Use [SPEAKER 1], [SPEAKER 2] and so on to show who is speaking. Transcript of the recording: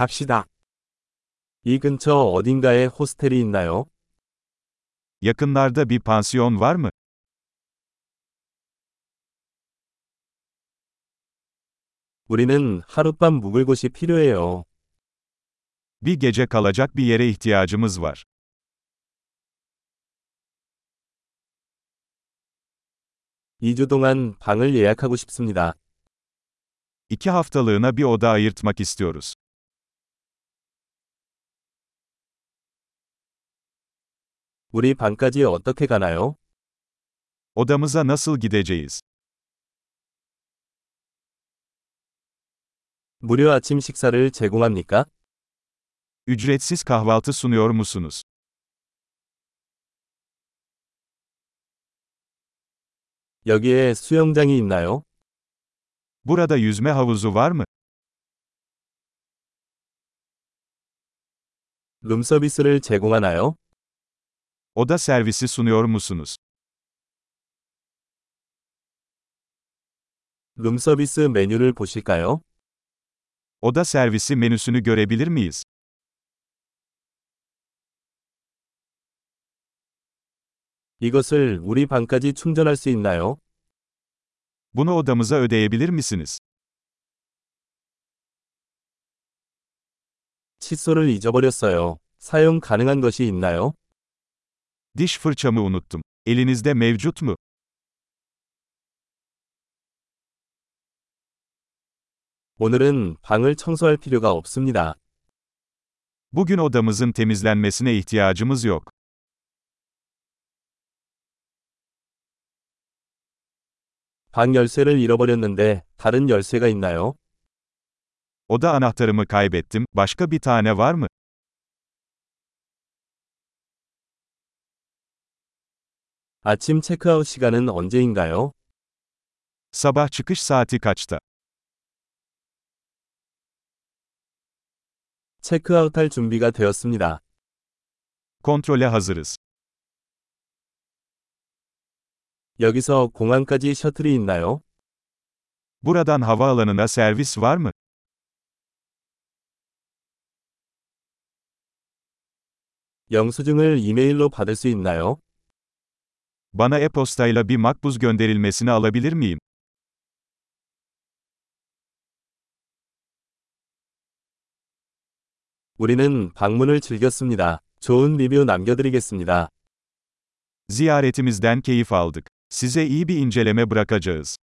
[SPEAKER 1] 갑시다. 이 근처 어딘가에 호스텔이 있나요?
[SPEAKER 2] Yakınlarda bir pansiyon var mı?
[SPEAKER 1] 우리는 하룻밤 묵을 곳이 필요해요.
[SPEAKER 2] Bir gece kalacak bir yere ihtiyacımız var.
[SPEAKER 1] 이 주 동안 방을 예약하고 싶습니다.
[SPEAKER 2] İki haftalığına bir oda ayırtmak istiyoruz.
[SPEAKER 1] 우리 방까지 어떻게 가나요?
[SPEAKER 2] Odamıza nasıl gideceğiz?
[SPEAKER 1] 무료 아침 식사를 제공합니까?
[SPEAKER 2] Ücretsiz kahvaltı sunuyor musunuz?
[SPEAKER 1] 여기에 수영장이 있나요?
[SPEAKER 2] Burada yüzme havuzu var mı?
[SPEAKER 1] 룸서비스를 제공하나요?
[SPEAKER 2] Oda servisi sunuyor musunuz?
[SPEAKER 1] 룸서비스 메뉴를 보실까요?
[SPEAKER 2] Oda servisi menüsünü görebilir miyiz?
[SPEAKER 1] 이것을 우리 방까지 충전할 수 있나요?
[SPEAKER 2] Bunu odamıza ödeyebilir misiniz?
[SPEAKER 1] 칫솔을 잊어버렸어요. 사용 가능한 것이 있나요?
[SPEAKER 2] Diş fırçamı unuttum. Elinizde mevcut mu?
[SPEAKER 1] 오늘은 방을 청소할 필요가 없습니다.
[SPEAKER 2] Bugün odamızın temizlenmesine ihtiyacımız yok.
[SPEAKER 1] 방 열쇠를 잃어버렸는데 다른 열쇠가 있나요?
[SPEAKER 2] Oda anahtarımı kaybettim. Başka bir tane var mı?
[SPEAKER 1] 아침 체크아웃 시간은 언제인가요?
[SPEAKER 2] Sabah çıkış saati kaçta?
[SPEAKER 1] 체크아웃할 준비가 되었습니다.
[SPEAKER 2] Kontrole hazırız.
[SPEAKER 1] 여기서 공항까지 셔틀이 있나요?
[SPEAKER 2] Buradan havaalanına servis var mı?
[SPEAKER 1] 영수증을 이메일로 받을 수 있나요?
[SPEAKER 2] Bana e-postayla bir makbuz gönderilmesini alabilir miyim?
[SPEAKER 1] 우리는 방문을 즐겼습니다. 좋은 리뷰 남겨드리겠습니다.
[SPEAKER 2] Ziyaretimizden keyif aldık. Size iyi bir inceleme bırakacağız.